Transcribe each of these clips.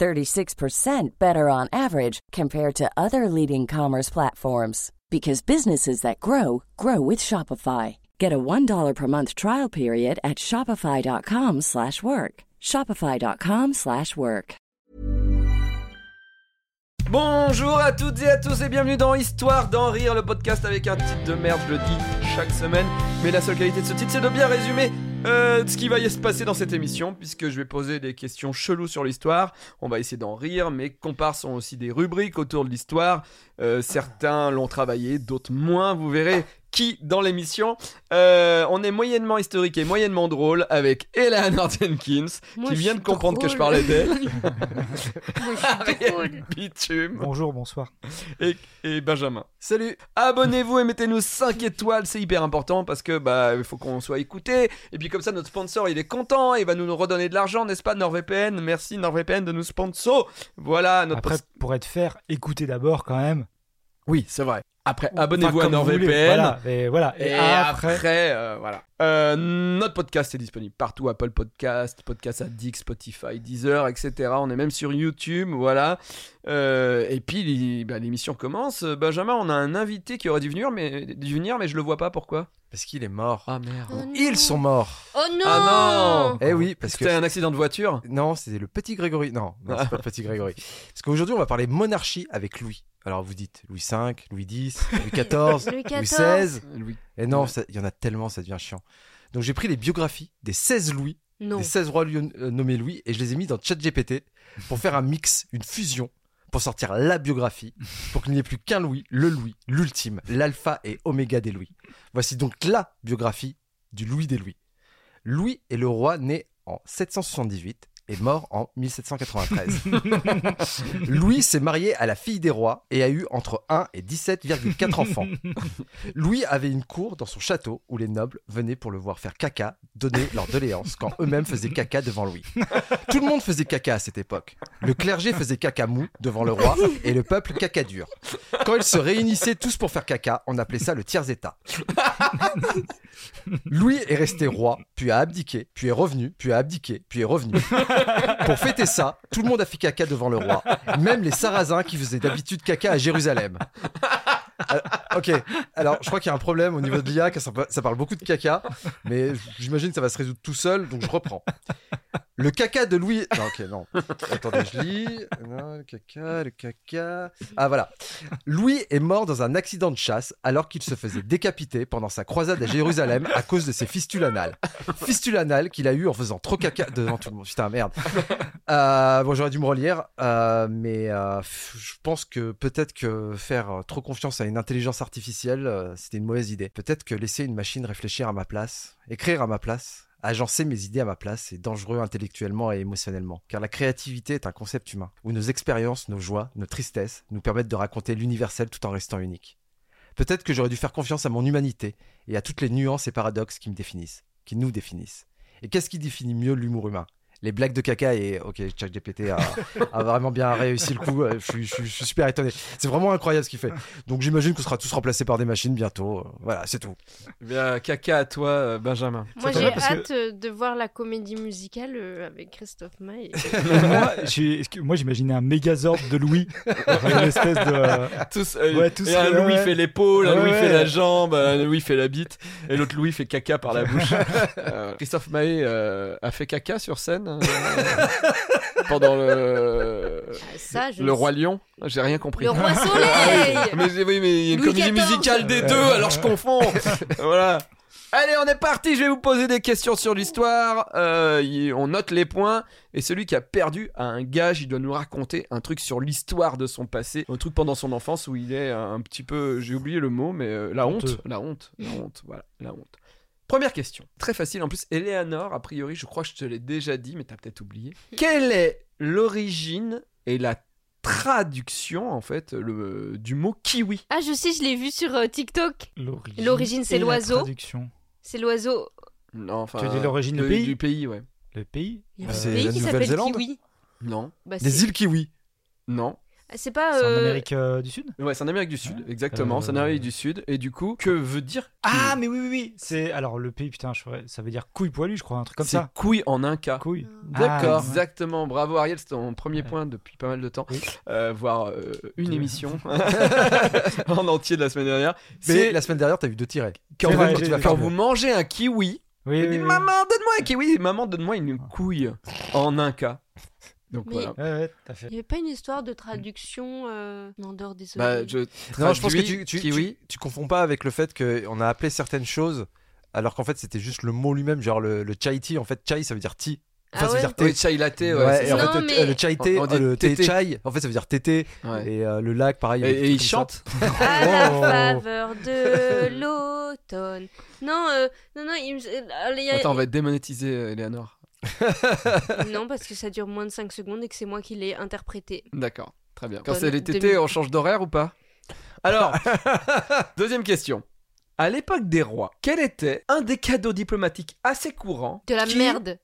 36% better on average compared to other leading commerce platforms because businesses that grow grow with Shopify. Get a $1 per month trial period at shopify.com/work. slash work. shopify.com/work. slash work. Bonjour à toutes et à tous et bienvenue dans Histoire d'en rire, le podcast avec un titre de merde, je le dis chaque semaine. Mais la seule qualité de ce titre, c'est de bien résumer euh, ce qui va y se passer dans cette émission, puisque je vais poser des questions cheloues sur l'histoire. On va essayer d'en rire. Mes comparses ont aussi des rubriques autour de l'histoire. Euh, certains l'ont travaillé, d'autres moins. Vous verrez qui dans l'émission. Euh, on est moyennement historique et moyennement drôle avec Hélène Hortenkins, Moi, qui je vient de suis comprendre que je drôle. parlais d'elle. Moi, je suis Ariel drôle. Bitume. Bonjour, bonsoir. et, et Benjamin. Salut Abonnez-vous et mettez-nous 5 étoiles, c'est hyper important parce que bah il faut qu'on soit écouté. Et puis comme ça notre sponsor il est content, il va nous redonner de l'argent, n'est-ce pas NordVPN Merci NordVPN de nous sponsor. Voilà notre Après, pour être fair, écoutez d'abord quand même. Oui, c'est vrai. Après Enfin, abonnez-vous à comme vous voulez, NordVPN. Voilà, et voilà. Et, Et après, après, euh, voilà. Euh, notre podcast est disponible partout Apple Podcast, Podcast Addict, Spotify, Deezer, etc. On est même sur YouTube, voilà. Euh, et puis li- bah, l'émission commence. Euh, Benjamin, on a un invité qui aurait dû venir, mais dû venir, mais je le vois pas. Pourquoi Parce qu'il est mort. Ah merde. Oh non. Ils sont morts. Oh non Ah non Eh oui, parce que C'était un accident de voiture. non, c'était le petit Grégory. Non, non, c'est pas le petit Grégory. Parce qu'aujourd'hui, on va parler monarchie avec Louis. Alors vous dites Louis V, Louis X, Louis XIV, Louis Louis XIV. XVI. Et non, ça- il y en a tellement, ça devient chiant. Donc j'ai pris les biographies des 16 Louis, Non. des 16 rois lion- euh, nommés Louis, et je les ai mis dans ChatGPT pour faire un mix, une fusion, pour sortir la biographie, pour qu'il n'y ait plus qu'un Louis, le Louis, l'ultime, l'alpha et oméga des Louis. Voici donc la biographie du Louis des Louis. Louis est le roi né en 778 et mort en 1793. Louis s'est marié à la fille des rois et a eu entre 1 et 17,4 enfants. Louis avait une cour dans son château où les nobles venaient pour le voir faire caca, donner leur doléance quand eux-mêmes faisaient caca devant Louis. Tout le monde faisait caca à cette époque. Le clergé faisait caca mou devant le roi et le peuple caca dur. Quand ils se réunissaient tous pour faire caca, on appelait ça le tiers-état. Louis est resté roi, puis a abdiqué, puis est revenu, puis a abdiqué, puis est revenu. Pour fêter ça, tout le monde a fait caca devant le roi, même les Sarrasins qui faisaient d'habitude caca à Jérusalem. Euh, ok, alors je crois qu'il y a un problème au niveau de l'IA, car ça, pa- ça parle beaucoup de caca, mais j'imagine que ça va se résoudre tout seul, donc je reprends. Le caca de Louis. Non, ok, non. Attendez, je lis. Non, le caca, le caca. Ah voilà. Louis est mort dans un accident de chasse alors qu'il se faisait décapiter pendant sa croisade à Jérusalem à cause de ses fistules anales. Fistules anales qu'il a eu en faisant trop caca devant tout le monde. Putain, merde. Euh, bon, j'aurais dû me relire, euh, mais euh, pff, je pense que peut-être que faire euh, trop confiance à une intelligence artificielle, euh, c'était une mauvaise idée. Peut-être que laisser une machine réfléchir à ma place, écrire à ma place, agencer mes idées à ma place est dangereux intellectuellement et émotionnellement. Car la créativité est un concept humain, où nos expériences, nos joies, nos tristesses nous permettent de raconter l'universel tout en restant unique. Peut-être que j'aurais dû faire confiance à mon humanité et à toutes les nuances et paradoxes qui me définissent, qui nous définissent. Et qu'est-ce qui définit mieux l'humour humain les blagues de caca et ok ChatGPT a, a vraiment bien réussi le coup Euh, je suis, je suis- je suis super étonné c'est vraiment incroyable ce qu'il fait donc j'imagine qu'on sera tous remplacés par des machines bientôt Euh, voilà c'est tout Eh Bien, caca à toi, euh, Benjamin. Moi, Ça tombe j'ai bien parce que- hâte euh, de voir la comédie musicale euh, avec Christophe Maé. moi, j'ai- est-ce que- moi, j'imaginais un mégazord de Louis. une espèce de. Tous, euh, Ouais, tous, et un ouais, Louis ouais. fait l'épaule, un Ouais, Louis ouais. fait la jambe, un Louis fait la bite, et l'autre Louis fait caca par la bouche. Euh, Christophe Maé euh, a fait caca sur scène euh, pendant le, Ah, Ça, je le Roi Lion. J'ai rien compris. Le roi soleil Ah, mais j'ai- oui, mais il y a une Louis comédie XIV. musicale des Euh, deux, euh, alors je confonds. voilà. Allez, on est parti. Je vais vous poser des questions sur l'histoire. Euh, y- on note les points. Et celui qui a perdu a un gage. Il doit nous raconter un truc sur l'histoire de son passé, un truc pendant son enfance où il est un petit peu. J'ai oublié le mot, mais euh, la honte, Honteux. la honte, la honte. Voilà, la honte. Première question, très facile. En plus, Eleanor, a priori, je crois que je te l'ai déjà dit, mais t'as peut-être oublié. Quelle est l'origine et la traduction en fait le, du mot kiwi. Ah, je sais, je l'ai vu sur euh, TikTok. L'origine. L'origine, c'est et la l'oiseau. traduction. C'est l'oiseau. Non, enfin, Tu dis l'origine du de- pays Du pays, ouais. Le pays Il y a un C'est pays la qui s'appelle Nouvelle-Zélande Kiwi. Non, Bah, Des c'est- îles Kiwi. non. Ah, C'est pas. C'est en euh, Amérique euh, du Sud Ouais, c'est en Amérique du Sud, Ouais. exactement. C'est en Euh. Amérique du Sud. Et du coup, que veut dire kiwi Ah, mais oui, oui, oui. C'est alors le pays, putain, je- ouais, ça veut dire couille poilue, je crois, un truc comme C'est ça. couille en un cas. Couille. D'accord, Ah, ouais. exactement. Bravo Ariel, c'est ton premier Ouais. point depuis pas mal de temps, Oui. Euh, voire euh, une Deux. émission en entier de la semaine dernière. Mais C'est la semaine dernière, t'as eu deux tirets. quand, C'est vous, vrai, quand j'ai- vous j'ai- mangez un kiwi, Oui, vous oui, dites, oui. maman donne-moi un kiwi, maman donne-moi une couille en un cas. Donc Mais- voilà. Ouais, ouais, t'as fait. Il n'y avait pas une histoire de traduction euh, en dehors des Bah, oreilles. je Non, je pense que traduis tu, tu, kiwi. tu- tu confonds pas avec le fait qu'on a appelé certaines choses alors qu'en fait c'était juste le mot lui-même, genre le, le chai tea. En fait, chai ça veut dire tea. Enfin, Ah ça veut ouais dire thé. Oui, chai latte, ouais. Ouais, c'est et en ça. Non, fait, euh, le- mais- le chai On- thé, on dit euh, le thé tété. chai, en fait ça veut dire tété. Ouais. Et euh, le lac, pareil. il y a des Et, et trucs il comme ça. chante À la Oh. faveur de l'automne. Non, euh, non, non, il me- euh, allez, Attends, on va être démonétisé, euh, Eleanor. non, parce que ça dure moins de 5 secondes et que c'est moi qui l'ai interprété. D'accord, très bien. Quand Bonne c'est les tétés, demi- on change d'horaire ou pas Alors, deuxième question. À l'époque des rois, quel était un des cadeaux diplomatiques assez courants De la qui- merde.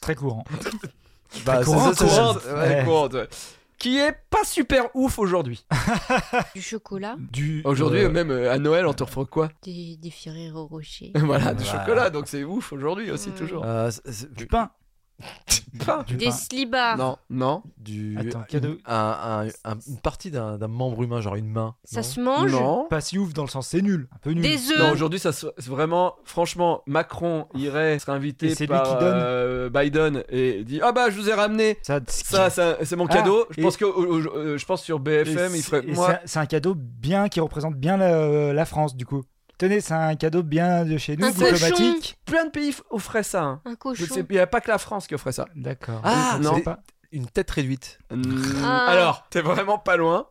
Très courant. Bah, Très c'est- courant, c'est- c'est- courant. c'est- ouais. Ouais, courante, ouais. Qui est pas super ouf aujourd'hui. Du chocolat, Du. Aujourd'hui, euh, même euh, à Noël, on te offre quoi des, des Ferrero Rocher. Voilà, du Voilà. chocolat, donc c'est ouf aujourd'hui aussi, Ouais. toujours. Euh, c'est- c'est- Du pain. Pain. Du Des pain. slibards. Non, non, du Attends, un- cadeau. un- un- un- une partie d'un d'un membre humain, genre une main. Ça non se mange. non. Pas si ouf dans le sens, c'est nul. Un peu nul. Des Non, œufs. aujourd'hui, ça se- c'est vraiment, franchement, Macron irait serait invité Et c'est lui par qui donne euh, Biden et dit ah bah je vous ai ramené Ça, ça, ça, c'est mon Ah, cadeau. je et- pense que au- au- euh, je pense sur Et BFM, c'est- il ferait et moi. c'est un- C'est un cadeau bien qui représente bien la, euh, la France, du coup. Tenez, c'est un cadeau bien de chez nous, Un diplomatique. Plein de pays f- offraient ça. hein. Un Je cochon. sais- Il n'y a pas que la France qui offrait ça. D'accord. Ah, Je sais non. pas. Une tête réduite. Mm, Ah. Alors, t'es vraiment pas loin.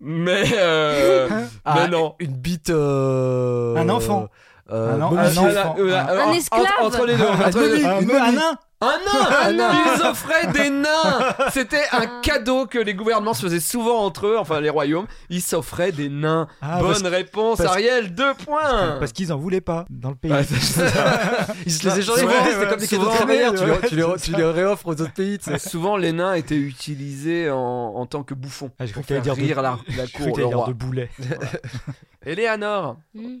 mais euh, Ah, mais non. Une bite. euh, Un enfant. euh, Un en- Ah, momifiée. un enfant. Un en- esclave. entre, entre les deux. Ah, entre les deux. Un, une me- Euh, un momie. nain Un nain, Ah Un nain. ah Ils offraient des nains C'était un Ah. cadeau que les gouvernements se faisaient souvent entre eux, enfin les royaumes. Ils s'offraient des nains. Ah, Bonne parce- réponse, parce- Ariel, deux points Parce qu'ils en voulaient pas dans le pays. Ouais, c'est ça. Ils se les échangeaient. Ouais, c'était ouais, comme des souvent. cadeaux de crémaillère, tu, Ouais, les- tu les, c'est tu ça. les réoffres aux autres pays. tu sais. Souvent, les nains étaient utilisés en, en tant que bouffons. Ah, j'ai cru pour que t'allais faire dire rire de- la, la Je crois cour, que le t'allais dire roi. de boulet. Éléanor, Hmm.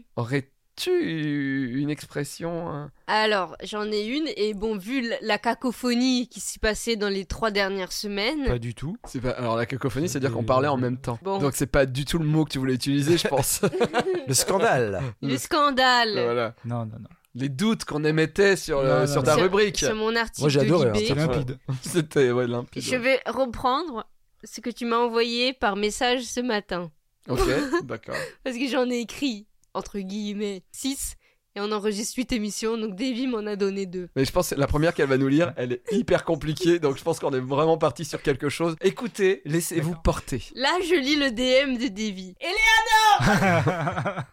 aurais-tu une expression hein Alors, j'en ai une, et bon, vu l- la cacophonie qui s'est passée dans les trois dernières semaines, Pas du tout. C'est pas- Alors, la cacophonie, c'est-à-dire qu'on C'était- parlait en même temps. Bon. Donc, c'est pas du tout le mot que tu voulais utiliser, je pense. Le scandale. le scandale voilà. Non, non, non. Les doutes qu'on émettait sur, le- Non, non, sur non. ta C'est- rubrique. C'est mon article Moi, j'ai adoré, de hein, Libé. c'est C'est Ouais. limpide. C'était ouais, limpide. Je vais reprendre ce que tu m'as envoyé par message ce matin. Ok, d'accord. Parce que j'en ai écrit, entre guillemets, 6. Et on enregistre 8 émissions, donc Davy m'en a donné 2. Mais je pense que la première qu'elle va nous lire, elle est hyper compliquée, donc je pense qu'on est vraiment parti sur quelque chose. Écoutez, laissez-vous porter. Là, je lis le DM de Davy. Eleanor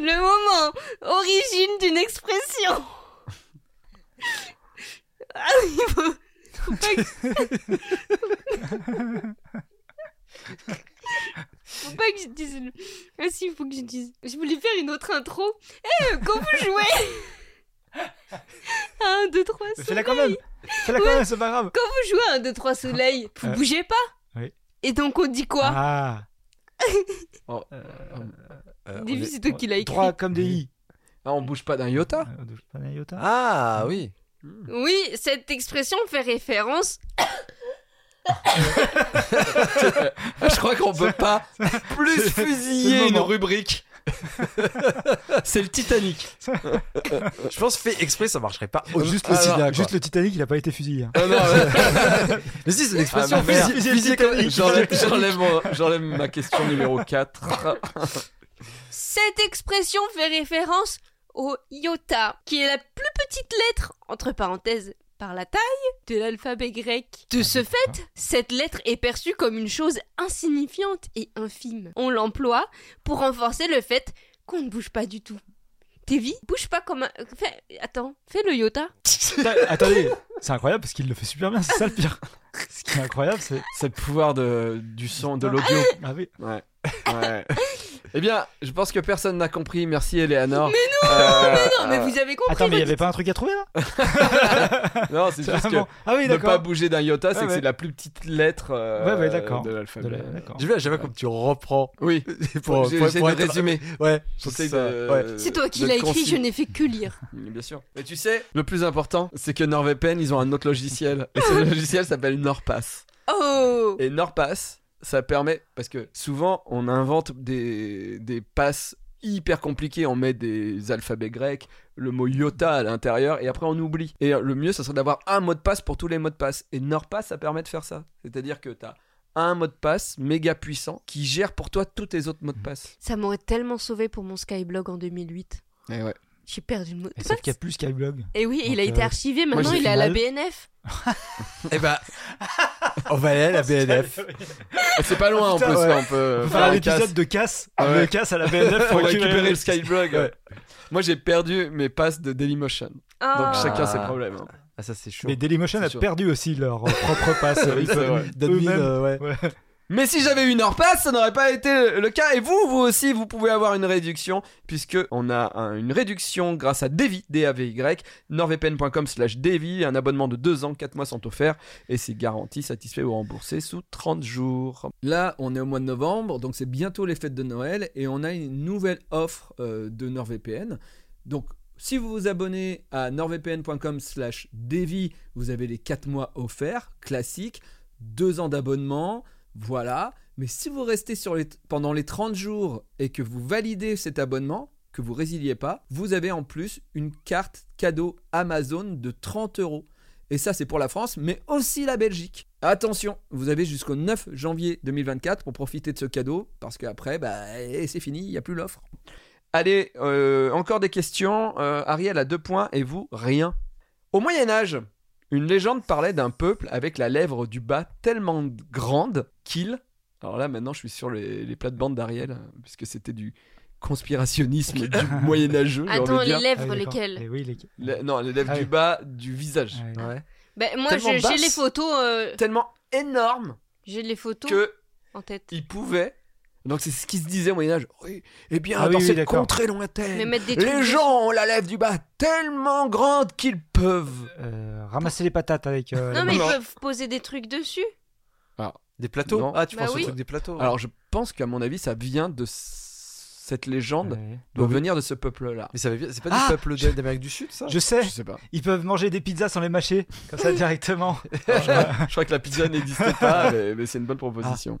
Le moment Origine d'une expression Ah, il faut- faut pas que- Faut pas que je dise. le- Ah si, faut que je dise. Je voulais faire une autre intro. Eh, quand vous jouez 1, 2, 3, Fais-la quand même Fais-la quand même, c'est pas grave Quand vous jouez à 1, 2, 3 soleil, vous Euh, bougez pas. oui. Et donc on dit quoi Ah Oh. Euh, on Début, est- c'est toi qui l'as écrit. Droit comme des i. Ah, on bouge pas d'un iota Euh, de Panayota. Ah oui. Oui, cette expression fait référence. Ah, Je crois qu'on peut pas plus c'est fusiller le une moment. rubrique. C'est le Titanic. Je pense fait exprès, ça marcherait pas. Oh, Juste le le sida. Titanic, Juste le Titanic, il a pas été fusillé. hein. Ah, non, ouais. Mais si, c'est une Ah, expression. ma mère. Fusillé- fusillé le Titanic. J'enlève- J'enlève mon- j'enlève ma question numéro 4. Cette expression fait référence au iota, qui est la plus petite lettre, entre parenthèses, par la taille de l'alphabet grec. De Ah ce fait, cette lettre est perçue comme une chose insignifiante et infime. On l'emploie pour renforcer le fait qu'on ne bouge pas du tout. Tevi, bouge pas comme un. fais- Attends, fais le Yota. Putain, Attendez, c'est incroyable parce qu'il le fait super bien, c'est ça le pire. Ce qui est incroyable, c'est. C'est le pouvoir de, du son, de l'audio. Ah oui. Ouais. ouais. eh bien, je pense que personne n'a compris. Merci, Eleanor. Euh, Mais non, Non, mais vous avez compris. Attends, mais il n'y votre- avait pas un truc à trouver là Non, c'est juste Ah, que Vraiment Ah oui, ne pas d'accord. bouger d'un iota, c'est Ouais, que c'est ouais. la plus petite lettre euh, Ouais, ouais, d'accord. de De l'alphabet. la- d'accord. J'ai vu à chaque fois comme tu reprends. Oui, Pour, pour, pour- j'essaie pour de être- résumer. Ouais, J'essaie c'est ça, de- ouais. C'est toi qui d'être l'as écrit, concis. je n'ai fait que lire. Bien sûr. Mais tu sais, le plus important, c'est que NordVPN, ils ont un autre logiciel. Et ce logiciel s'appelle NordPass. Oh Et NordPass, ça permet. Parce que souvent, on invente des, des passes hyper compliquées. On met des alphabets grecs, le mot iota à l'intérieur, et après on oublie. Et le mieux, ça serait d'avoir un mot de passe pour tous les mots de passe. Et NordPass, ça permet de faire ça. C'est-à-dire que t'as un mot de passe méga puissant qui gère pour toi tous tes autres mots de passe. Ça m'aurait tellement sauvé pour mon Skyblog en 2008. Et ouais. J'ai perdu le mot de Et Sauf passe. qu'il n'y a plus Skyblog. Et oui, il a Donc, été euh, archivé, maintenant j'ai il fait est à la mal. BNF. Eh ben, on va aller à la BNF. Ah, C'est pas loin en Putain, plus, ouais. là, on peut On va faire faire un l'épisode Euh, casse. de casse, Ah ouais. le casse à la BNF pour récupérer le Skype. Skyblog. Ouais. Moi, j'ai perdu mes passes de Dailymotion. Donc, Ah. chacun ses problèmes. hein. Ah, ça, c'est chaud. Mais Dailymotion C'est a sûr. perdu aussi leur euh, propre passe. Oui, Ils c'est peuvent- vrai. D'admin, eux-mêmes. euh, ouais. Ouais. Ah Mais si j'avais une heure passe, ça n'aurait pas été le- le cas. Et vous, vous aussi, vous pouvez avoir une réduction, puisque on a un- une réduction grâce à Davy, D-A-V-Y, nordvpn.com slash Davy, un abonnement de 2 ans, 4 mois sont offerts, et c'est garanti, satisfait ou remboursé sous 30 jours. Là, on est au mois de novembre, donc c'est bientôt les fêtes de Noël, et on a une nouvelle offre euh, de NordVPN. Donc, si vous vous abonnez à nordvpn.com slash Davy, vous avez les 4 mois offerts, classique, 2 ans d'abonnement, voilà. Mais si vous restez sur les pendant les 30 jours et que vous validez cet abonnement, que vous résiliez pas, vous avez en plus une carte cadeau Amazon de 30 euros. Et ça, c'est pour la France, mais aussi la Belgique. Attention, vous avez jusqu'au 9 janvier 2024 pour profiter de ce cadeau, parce qu'après, bah, eh, c'est fini, il n'y a plus l'offre. Allez, euh, encore des questions. Euh, Ariel a deux points et vous, rien. Au Moyen Âge, une légende parlait d'un peuple avec la lèvre du bas tellement grande qu'il... Alors là, maintenant, je suis sur les, les plates-bandes d'Ariel, hein, puisque c'était du conspirationnisme du Moyen-Âgeux. j'ai Attends, envie de dire. les Ah lèvres, oui, d'accord. lesquelles Eh oui, lesquelles Le- non, les lèvres Ah du oui. bas du visage. Ah oui. Ouais. Ben, Moi, Tellement je- j'ai basse. les photos, euh, Tellement énorme j'ai les photos que en tête. il pouvait. Donc c'est ce qui se disait au Moyen Âge. Oui. Eh bien, Ah oui, dans oui, cette d'accord. contrée Mais lointaine, mettre des trucs. les gens ont la lèvre du bas tellement grande qu'ils peuvent. Euh, ramasser les patates avec. euh, Non, les mais ils mains. peuvent poser des trucs dessus. Des plateaux Non. Ah, tu Bah penses au oui. truc des plateaux ouais. Alors je pense qu'à mon avis, ça vient de s- cette légende, Ouais. doit venir de ce peuple-là. Mais ça veut dire- c'est pas Ah du peuple de- d'Amérique du Sud, ça Je sais, Je sais pas. ils peuvent manger des pizzas sans les mâcher, comme ça directement. je crois que la pizza n'existait pas, mais, mais c'est une bonne proposition.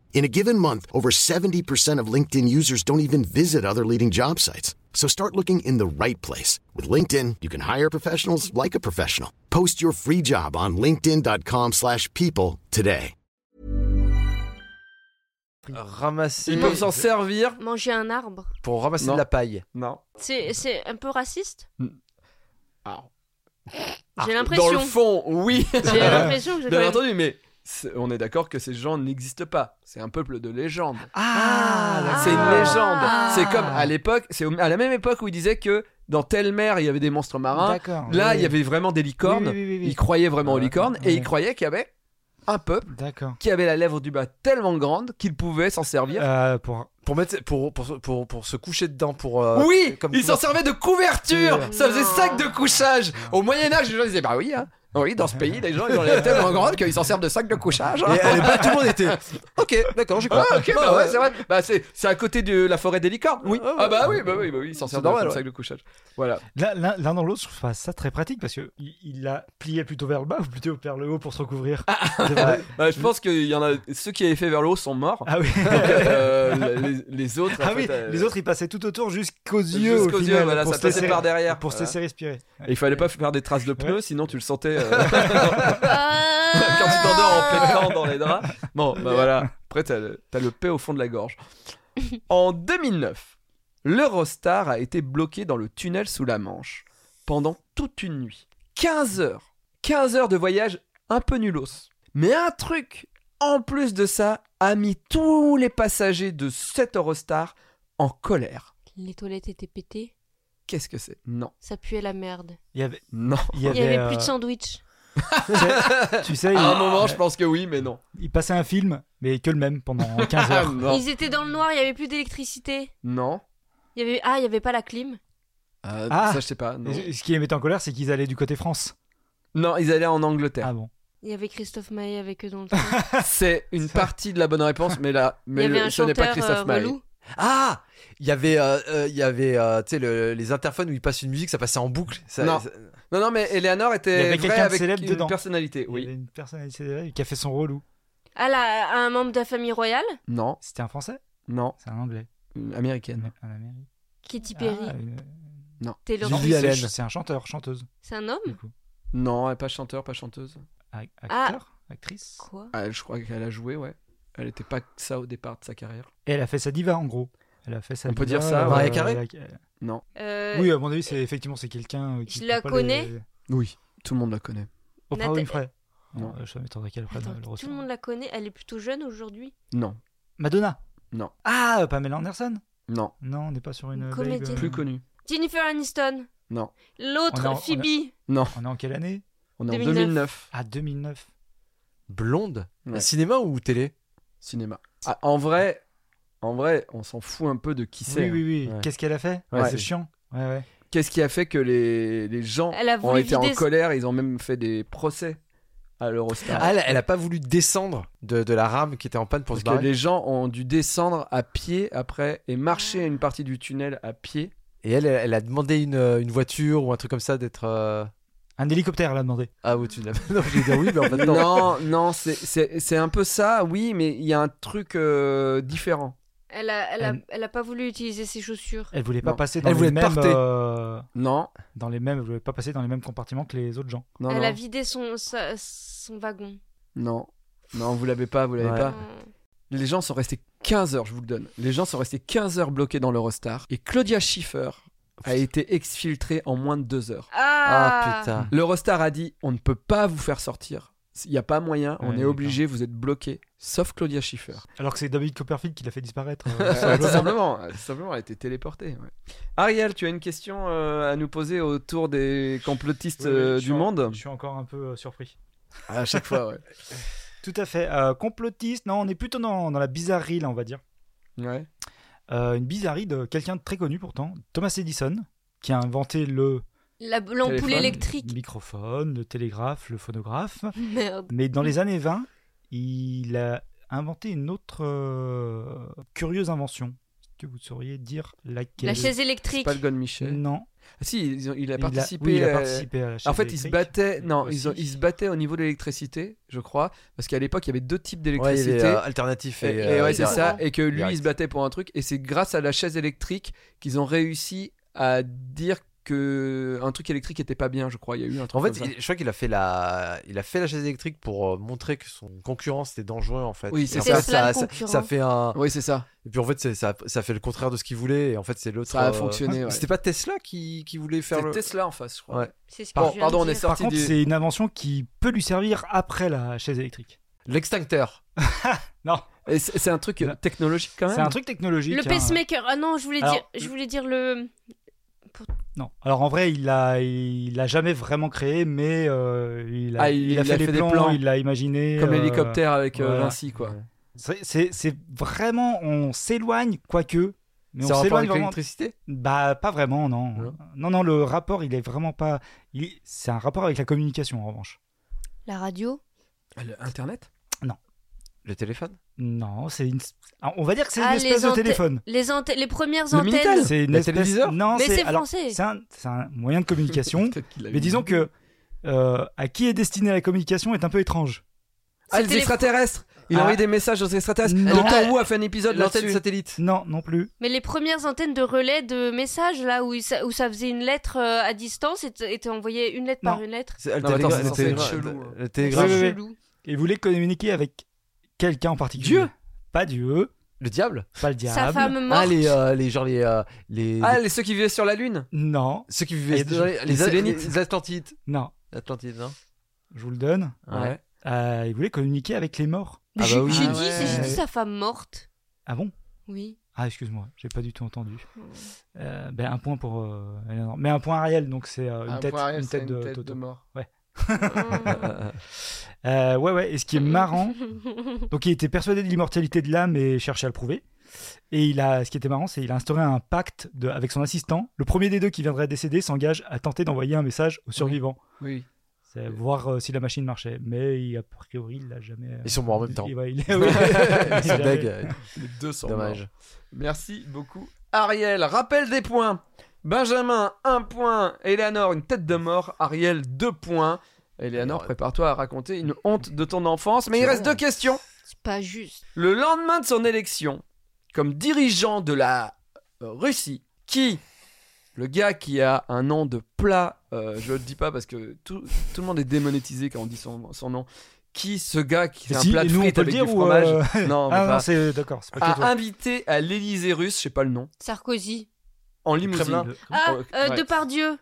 In a given month, over 70% of LinkedIn users don't even visit other leading job sites. So start looking in the right place. With LinkedIn, you can hire professionals like a professional. Post your free job on linkedin.com/people slash people today. ramasser. Ils peuvent s'en servir. Manger un arbre. Pour ramasser Non. de la paille. Non. C'est c'est un peu raciste Ah. J'ai Hmm. Dans le l'impression. fond, oui. J'ai l'impression que j'ai Bien quand même- entendu, mais c'est- on est d'accord que ces gens n'existent pas. C'est un peuple de légende. Ah, C'est une légende. Ah. C'est comme à l'époque, c'est au- à la même époque où ils disaient que dans telle mer il y avait des monstres marins. D'accord. Là, oui, il y avait vraiment des licornes. Oui, oui, oui, oui, oui. Ils croyaient vraiment aux Ouais, licornes et ouais. ils croyaient qu'il y avait un peuple D'accord. qui avait la lèvre du bas tellement grande qu'il pouvait s'en servir. Euh, pour... Pour, mettre, pour, pour, pour, pour se coucher dedans, pour. euh, oui, comme ils s'en couverture. servaient de couverture. Ouais. Ça faisait Non. sac de couchage. Au Moyen Âge, les gens disaient bah oui, hein, Oui, dans ce pays, les gens, ils ont les tellement grandes qu'ils s'en servent de sac de couchage. hein. Et à l'époque, tout le monde était. Ok, d'accord, j'y crois. Ah, ok, bah Ah, ouais, c'est vrai. Bah, c'est c'est à côté de la forêt des licornes. Oui. Ah, bah oui, bah oui, bah oui, ils s'en servent normal, de ouais. sac de couchage. Voilà. L'un- L'un l'un dans l'autre, je trouve ça très pratique parce que il- il l'a plié plutôt vers le bas ou plutôt vers le haut pour se recouvrir. Ah, C'est vrai. Euh, je pense qu'il y en a ceux qui avaient fait vers le haut sont morts. Ah oui. Donc, euh, les, les autres. en Ah fait, oui, euh, les autres ils passaient tout autour jusqu'aux yeux. au Jusqu'aux yeux, final, voilà, pour ça se passait laisser- par derrière. Pour se Voilà. laisser respirer. Et il fallait pas faire des traces de pneus, sinon tu le sentais euh, quand Ah. tu tu t'endors en plein temps dans les draps. Bon, bah voilà. Après, t'as le, t'as le P au fond de la gorge. En 2009, l'Eurostar a été bloqué dans le tunnel sous la Manche pendant toute une nuit. 15 heures. 15 heures de voyage un peu nulos. Mais un truc, en plus de ça, a mis tous les passagers de cet Eurostar en colère. Les toilettes étaient pétées, Qu'est-ce que c'est Non. ça puait la merde. Il y avait, Non. il y Il y avait plus euh, de sandwich. tu sais- Tu sais, À un il- euh, moment, je pense que oui, mais non. il passait un film, mais que le même pendant 15 Ah, heures. non. Ils étaient dans le noir, il y avait plus d'électricité. Non. Il y avait ah, il y avait pas la clim. Euh, Ah. Ça, je sais pas. Non. Et Ce qui les mettait en colère, c'est qu'ils allaient du côté France. Non, ils allaient en Ah Angleterre. bon. Il y avait Christophe Maé avec eux dans le train. C'est une partie de la bonne réponse, mais là, Il y mais avait le- un ce n'est pas chanteur euh, Christophe Maé. relou. Ah Il y avait, euh, euh, il y avait euh, tu sais, le- les interphones où ils passent une musique, ça passait en boucle. Ça- Non. ça- Non, non, mais Eleanor Il y était avait vraie quelqu'un de avec célèbre une dedans. personnalité. Il y Oui. avait une personnalité célèbre qui a fait son relou. Ah là, un membre de la famille royale, Non, C'était un Français non, C'est un Anglais. une américaine. Un Américain. Katy Ah, Perry, une- Taylor Julie Swift. Allen. C'est- C'est un chanteur, chanteuse. C'est un homme Du coup. Non, elle est pas chanteur, pas chanteuse. A- Ah. Acteur, actrice. Quoi Ah, je crois qu'elle a joué, ouais. Elle était pas que ça au départ de sa carrière. Et elle a fait sa diva en gros. Elle a fait sa On peut diva, dire ça, euh, Mariah Carey elle a- Non. Euh, Oui, à mon avis, c'est effectivement c'est quelqu'un euh, qui. Je prend la pas connais. les- Oui. Tout le monde la connaît. Oprah Natha- Winfrey. Non. Non, euh, je m'attendrais qu'elle prenne Attends, euh, le tout ressort. le monde la connaît, elle est plutôt jeune aujourd'hui. Non, Madonna. Non. Ah, euh, Pamela Anderson. non. Non, on n'est pas sur une. Une vague, comédienne. euh, Plus connue. Jennifer Aniston. Non. L'autre, On a- on a- Phoebe. Non. On est en quelle année On est 2009. en 2009. Ah, 2009. Blonde Ouais. Cinéma ou télé Cinéma. Ah, en vrai, en vrai, on s'en fout un peu de qui c'est. Oui, oui, oui. Ouais. Qu'est-ce qu'elle a fait Ouais, Ouais, c'est- C'est chiant. Ouais, ouais. Qu'est-ce qui a fait que les, les gens Elle a ont voulu été en vider colère Ils ont même fait des procès à l'Eurostar. Ah, elle, elle a pas voulu descendre de, de la rame qui était en panne pour parce se que barrer. les gens ont dû descendre à pied après et marcher une partie du tunnel à pied. Et elle, elle a demandé une, euh, une voiture ou un truc comme ça d'être. euh, Un hélicoptère, elle a demandé. Ah, ou tu l'as. Non, je vais dire oui, mais en fait, non. Non, non, c'est- c'est c'est un peu ça, oui, mais il y a un truc euh, différent. Elle a, elle, a, Elle- elle a pas voulu utiliser ses chaussures. Elle voulait pas Non. passer dans Elle les voulait mêmes. porter. euh, Non, dans les mêmes. Elle voulait pas passer dans les mêmes compartiments que les autres gens. non, elle non, a vidé son, sa- son wagon. non, non, vous l'avez pas, vous l'avez Ouais. pas. Euh, Les gens sont restés 15 heures, je vous le donne. Les gens sont restés 15 heures bloqués dans l'Eurostar et Claudia Schiffer a été exfiltrée en moins de deux heures. Ah, Ah, putain. L'Eurostar a dit on ne peut pas vous faire sortir. Il n'y a pas moyen, on Ouais, est d'accord. obligé, vous êtes bloqué. Sauf Claudia Schiffer. Alors que c'est David Copperfield qui l'a fait disparaître. euh, Euh, sur le tout jeu. simplement, euh, tout simplement, elle a été téléportée. ouais. Ariel, tu as une question euh, à nous poser autour des complotistes Oui, oui, euh, je suis du en- monde Je suis encore un peu euh, surpris. À chaque fois, ouais. Tout à fait. Euh, complotiste, non, on est plutôt dans, dans la bizarrerie, là, on va dire. Ouais. Euh, une bizarrerie de quelqu'un de très connu pourtant, Thomas Edison, qui a inventé le la- l'ampoule Téléphone. électrique. microphone, le télégraphe, le phonographe. Merde. Mais dans les années 20, il a inventé une autre euh, curieuse invention. Est-ce que vous sauriez dire laquelle La chaise C'est électrique. pas le Gone Michel. Non. Ah, si, ils ont- il a Mm. Il a- participé. oui, il a, euh, participé à la chaise En fait, ils se électrique. battaient. Non, Aussi. ils, ont- ils se battaient au niveau de l'électricité, je crois, parce qu'à l'époque, il y avait deux types Ouais, il d'électricité. est euh, alternatif. Et, Et, et euh, ouais, c'est direct. ça. Et que lui, Direct. il se battait pour un truc. Et c'est grâce à la chaise électrique qu'ils ont réussi à dire que un truc électrique était pas bien, je crois. Il y a eu un truc. En fait, comme ça. il- je crois qu'il a fait la, il a fait la chaise électrique pour euh, montrer que son concurrent c'était dangereux en fait. Oui, Et c'est en ça. fait, Tesla, le ça, concurrent. ça fait un. oui, c'est ça. Et puis en fait, c'est- ça, ça fait le contraire de ce qu'il voulait. Et en fait, c'est l'autre. Ça a euh, fonctionné. ouais. C'était pas Tesla qui, qui voulait faire C'était le. Tesla en face, je crois. Ouais. C'est ce que Par- je viens pardon, de on est dire. Par sorti contre, du. c'est une invention qui peut lui servir après la chaise électrique. L'extincteur. Et C'est c'est un truc euh, Là. technologique quand même. C'est un truc technologique. Le hein. pacemaker. Ah non, je voulais Alors, dire, je voulais dire le. Non. Alors en vrai, il l'a, il l'a jamais vraiment créé, mais euh, il, a, Ah, il- il a il fait, a les fait des plans, plans. il l'a imaginé. Comme euh, l'hélicoptère avec euh, voilà. Vinci, quoi. C'est, c'est- c'est vraiment, on s'éloigne, quoique, Mais on C'est en rapport s'éloigne avec vraiment. l'électricité Bah, pas vraiment, non. Non. Non, non, le rapport, il est vraiment pas. il- C'est un rapport avec la communication, en revanche. La radio Internet Le téléphone Non, c'est une. Ah, On va dire que c'est Ah, une les espèce de ante- téléphone. Les, antennes- les premières Le antennes. Minitel C'est une Le espèce- téléviseur Non, Mais c'est alors, français. C'est un, c'est un moyen de communication. Peut-être qu'il l'a mais eu. disons que euh, à qui est destinée la communication est un peu étrange. Ah, les C'était les- extraterrestres Il a Ah. envoyé des messages aux extraterrestres. Non. Doctor Who a fait un épisode L'antenne là-dessus. satellite Non, non plus. Mais les premières antennes de relais de messages, là, où, ça, où ça faisait une lettre euh, à distance et t- et envoyé une lettre Non. par une lettre. C'est- le Non, mais attends, télégra- c'est le censé télégra- être chelou, hein. Le télégramme. Oui, oui, oui. Chelou. Et voulait communiquer avec quelqu'un en particulier. Dieu Pas Dieu, Le diable pas le diable. Sa femme morte. Ah, les, euh, les genre les. euh, les Ah, les ceux qui vivaient sur la Lune Non, ceux qui Ah, il y vivaient. a des gens- Les, les Sélénites. les Atlantides. non. Atlantides, non Je vous le donne. Ouais. Euh, il voulait communiquer avec les morts. Ah bah oui. J'ai Ah dit, ouais. c'est- j'ai dit sa femme morte. Ah bon Oui. Ah, excuse-moi, j'ai pas du tout entendu. Euh, ben, un point pour. euh, Eleanor. Mais un point Ariel, donc c'est euh, une, Un tête, point arrière, une Ah, c'est tête de Toto. mort. Ah. Euh, ouais, ouais, et ce qui est marrant, donc il était persuadé de l'immortalité de l'âme et cherchait à le prouver. Et il a, ce qui était marrant, c'est qu'il a instauré un pacte de, avec son assistant. Le premier des deux qui viendrait à décéder s'engage à tenter d'envoyer un message aux survivants. Oui. C'est voir euh, si la machine marchait. Mais il- a priori, il l'a jamais. euh, Ils sont morts en même temps. Il, ouais, il- oui. Ils sont Il avait- bègues, euh, Les deux sont Dommage. morts. Merci beaucoup, Ariel. Rappel des points. Benjamin, 1 point. Eleanor, une tête de mort. Ariel, 2 points. Eleanor, prépare-toi à raconter une honte de ton enfance. Mais il reste deux questions. C'est pas juste. Le lendemain de son élection, comme dirigeant de la euh, Russie, qui, le gars qui a un nom de plat, euh, je le dis pas parce que tout, tout le monde est démonétisé quand on dit son, son nom, qui, ce gars qui a un Si, plat et de nous, on frites peut le avec dire du ou. fromage, euh, non, on va Ah pas. non, c'est d'accord, c'est pas que a toi. invité à l'Elysée russe, je sais pas le nom, Sarkozy. en limousine. Kremlin. Ah, Oh, euh, ouais. Depardieu.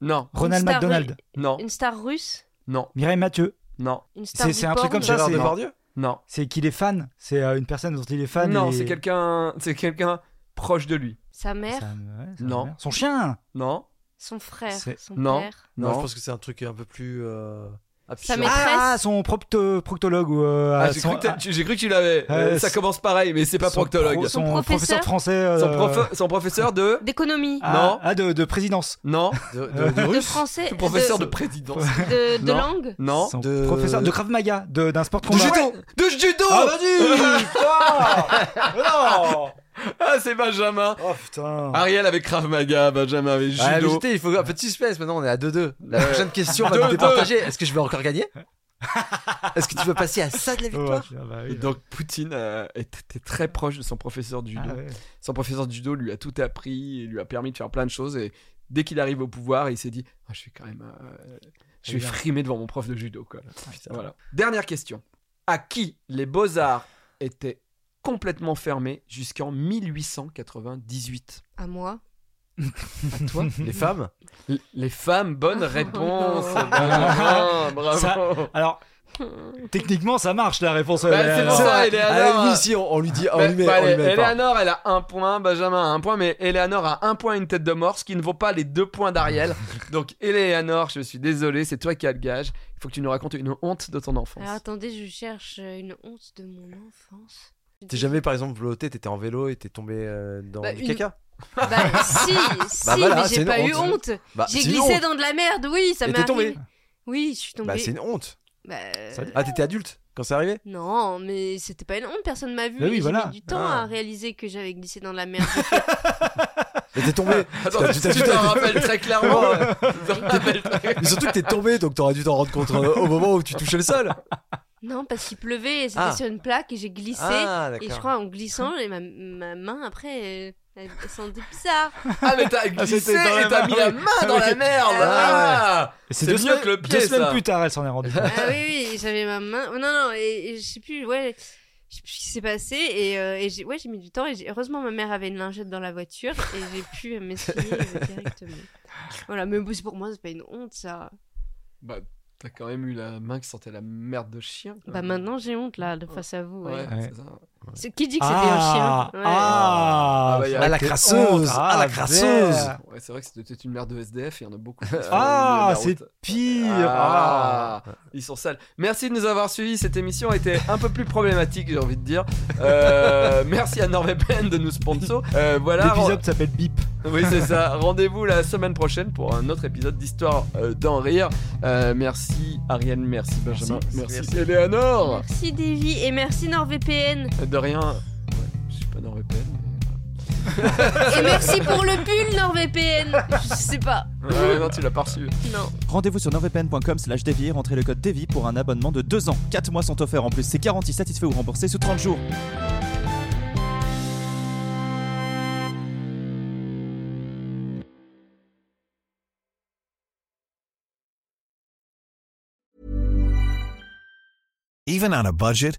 Non, Ronald Une star- McDonald, non, Une star russe. non, Mireille Mathieu. non, Une star C'est du c'est un truc porno. comme ça. c'est- non. C'est qu'il est fan. C'est euh, une personne dont il est fan. non, et- c'est quelqu'un, c'est quelqu'un proche de lui. Sa mère, Sa- ouais, sa Non. mère. Son chien. Non, son frère, C'est- son Non. père. Non, non. je pense que c'est un truc un peu plus. euh, Ça absurde. met- Maîtresse. Ah, son propto- proctologue ou. euh, Ah, j'ai son- cru que ah, t'a- tu- j'ai cru que tu l'avais. Euh, Euh, ça c'est- commence pareil, mais c'est pas son proctologue. pro- Son, Son professeur, professeur français. euh, Son, prof- son professeur de. D'économie. ah, Non. Ah, de, de présidence. Non. De, Euh. de- de De russe français. Professeur de présidence. de, de Non. langue. Non. Son de- professeur de Krav Maga, de- d'un sport de De combat. judo. De judo. Oh Ah, vas-y Non Ah, c'est Benjamin. Oh putain Ariel avec Krav Maga, Benjamin avec judo. Ah, mais j'étais, il faut un peu de suspense. Maintenant, on est à 2-2. La prochaine question va Deux-deux. nous départager. Est-ce que je vais encore gagner Est-ce que tu veux passer à ça de la victoire Oh, bah Et oui. donc Poutine euh, était très proche de son professeur de judo. Ah, ouais. Son professeur de judo lui a tout appris, et lui a permis de faire plein de choses. Et dès qu'il arrive au pouvoir, il s'est dit Ah, Je suis quand même. euh, je vais Évidemment. frimer devant mon prof de judo. Quoi. Putain. Voilà. Dernière question. À qui les beaux-arts étaient complètement fermés jusqu'en 1898 À moi. À toi Les femmes L- Les femmes, bonne réponse Ah. Benjamin, Bravo Ça- Alors, techniquement, ça marche la réponse. Bah, elle- c'est pour elle- ça, Ah, Eleanor, la euh, limite, si, on, on lui dit, on bah, lui met, bah, on lui met pas. Eleanor, elle a un point, Benjamin a un point, mais Eleanor a un point et une tête de mort, ce qui ne vaut pas les deux points d'Ariel. Donc, Eleanor, je suis désolé, c'est toi qui as le gage. Il faut que tu nous racontes une honte de ton enfance. Alors attendez, je cherche euh, une honte de mon enfance. T'es jamais, par exemple, veloté, t'étais en vélo et t'es tombé euh, dans Bah, du une- caca Bah si, si, Bah voilà, mais c'est j'ai une pas eu honte. honte. Bah, j'ai c'est une glissé honte. dans de la merde, oui, ça Et m'est t'es tombée. arrivé. Oui, je suis tombée. Bah, c'est une honte. Bah, euh, Ça- Ah, t'étais adulte quand c'est arrivé Non, mais c'était pas une honte, personne m'a vu. Bah oui, J'ai voilà. mis du temps Ah. à réaliser que j'avais glissé dans la merde. Mais t'es tombé. Attends, T'as- tu t'as- te t'as- rappelles très clairement. euh, tu te rappelles très- Mais euh, surtout que t'es tombé, donc t'aurais dû t'en rendre compte euh, au moment où tu touchais le sol. non, parce qu'il pleuvait et c'était Ah. sur une plaque et j'ai glissé. Ah, et je d'accord. crois en glissant, et ma, ma main après, euh, elle elle sentait bizarre. Ah, mais t'as glissé c'était dans la et t'as main, mis oui. la main dans la merde. Ah, Et C'est C'est deux mieux semaines, que le deux pied, semaines ça. plus tard, elle s'en est rendue compte. Ah oui, oui, j'avais ma main. Non, non, et, et je sais plus, ouais, je sais plus ce qui s'est passé. Et, euh, et j'ai ouais, j'ai mis du temps. Et j'ai- heureusement, ma mère avait une lingette dans la voiture et j'ai pu m'essuyer euh, directement. Voilà, mais bon, c'est pour moi, c'est pas une honte, ça. Bah, t'as quand même eu la main qui sentait la merde de chien. quand Bah, même. maintenant, j'ai honte, là, de face à vous. Ouais, Ouais. c'est ça. C'est- Qui dit que c'était Ah, un chien Ouais. ah, Ah, bah, y a- Ah, À la quelle crasseuse, honte. à la merde. crasseuse. Ouais, c'est vrai que c'était une mère de SDF et il y en a beaucoup. qui sont sur Ah, le c'est milieu de la route. pire. Ah. Ah, ils sont sales. Merci de nous avoir suivis. Cette émission a été un peu plus problématique, j'ai envie de dire. Euh, Euh, merci à NordVPN de nous sponsor. Euh, voilà. L'épisode s'appelle Bip. Oui, c'est ça. Rendez-vous la semaine prochaine pour un autre épisode d'Histoire euh, d'en rire. Euh, merci Ariane, merci Benjamin, merci, Eleanor. Merci Davy et merci NordVPN. De rien. Ouais, je suis pas NordVPN. Et merci pour le pull NordVPN. Je sais pas. mais- Ouais, non, tu l'as pas reçu. Non. Rendez-vous sur nordvpn.com slash et rentrez le code DEVI pour un abonnement de 2 ans. 4 mois sont offerts en plus, c'est garanti, satisfait ou remboursé sous 30 jours. Even on a budget,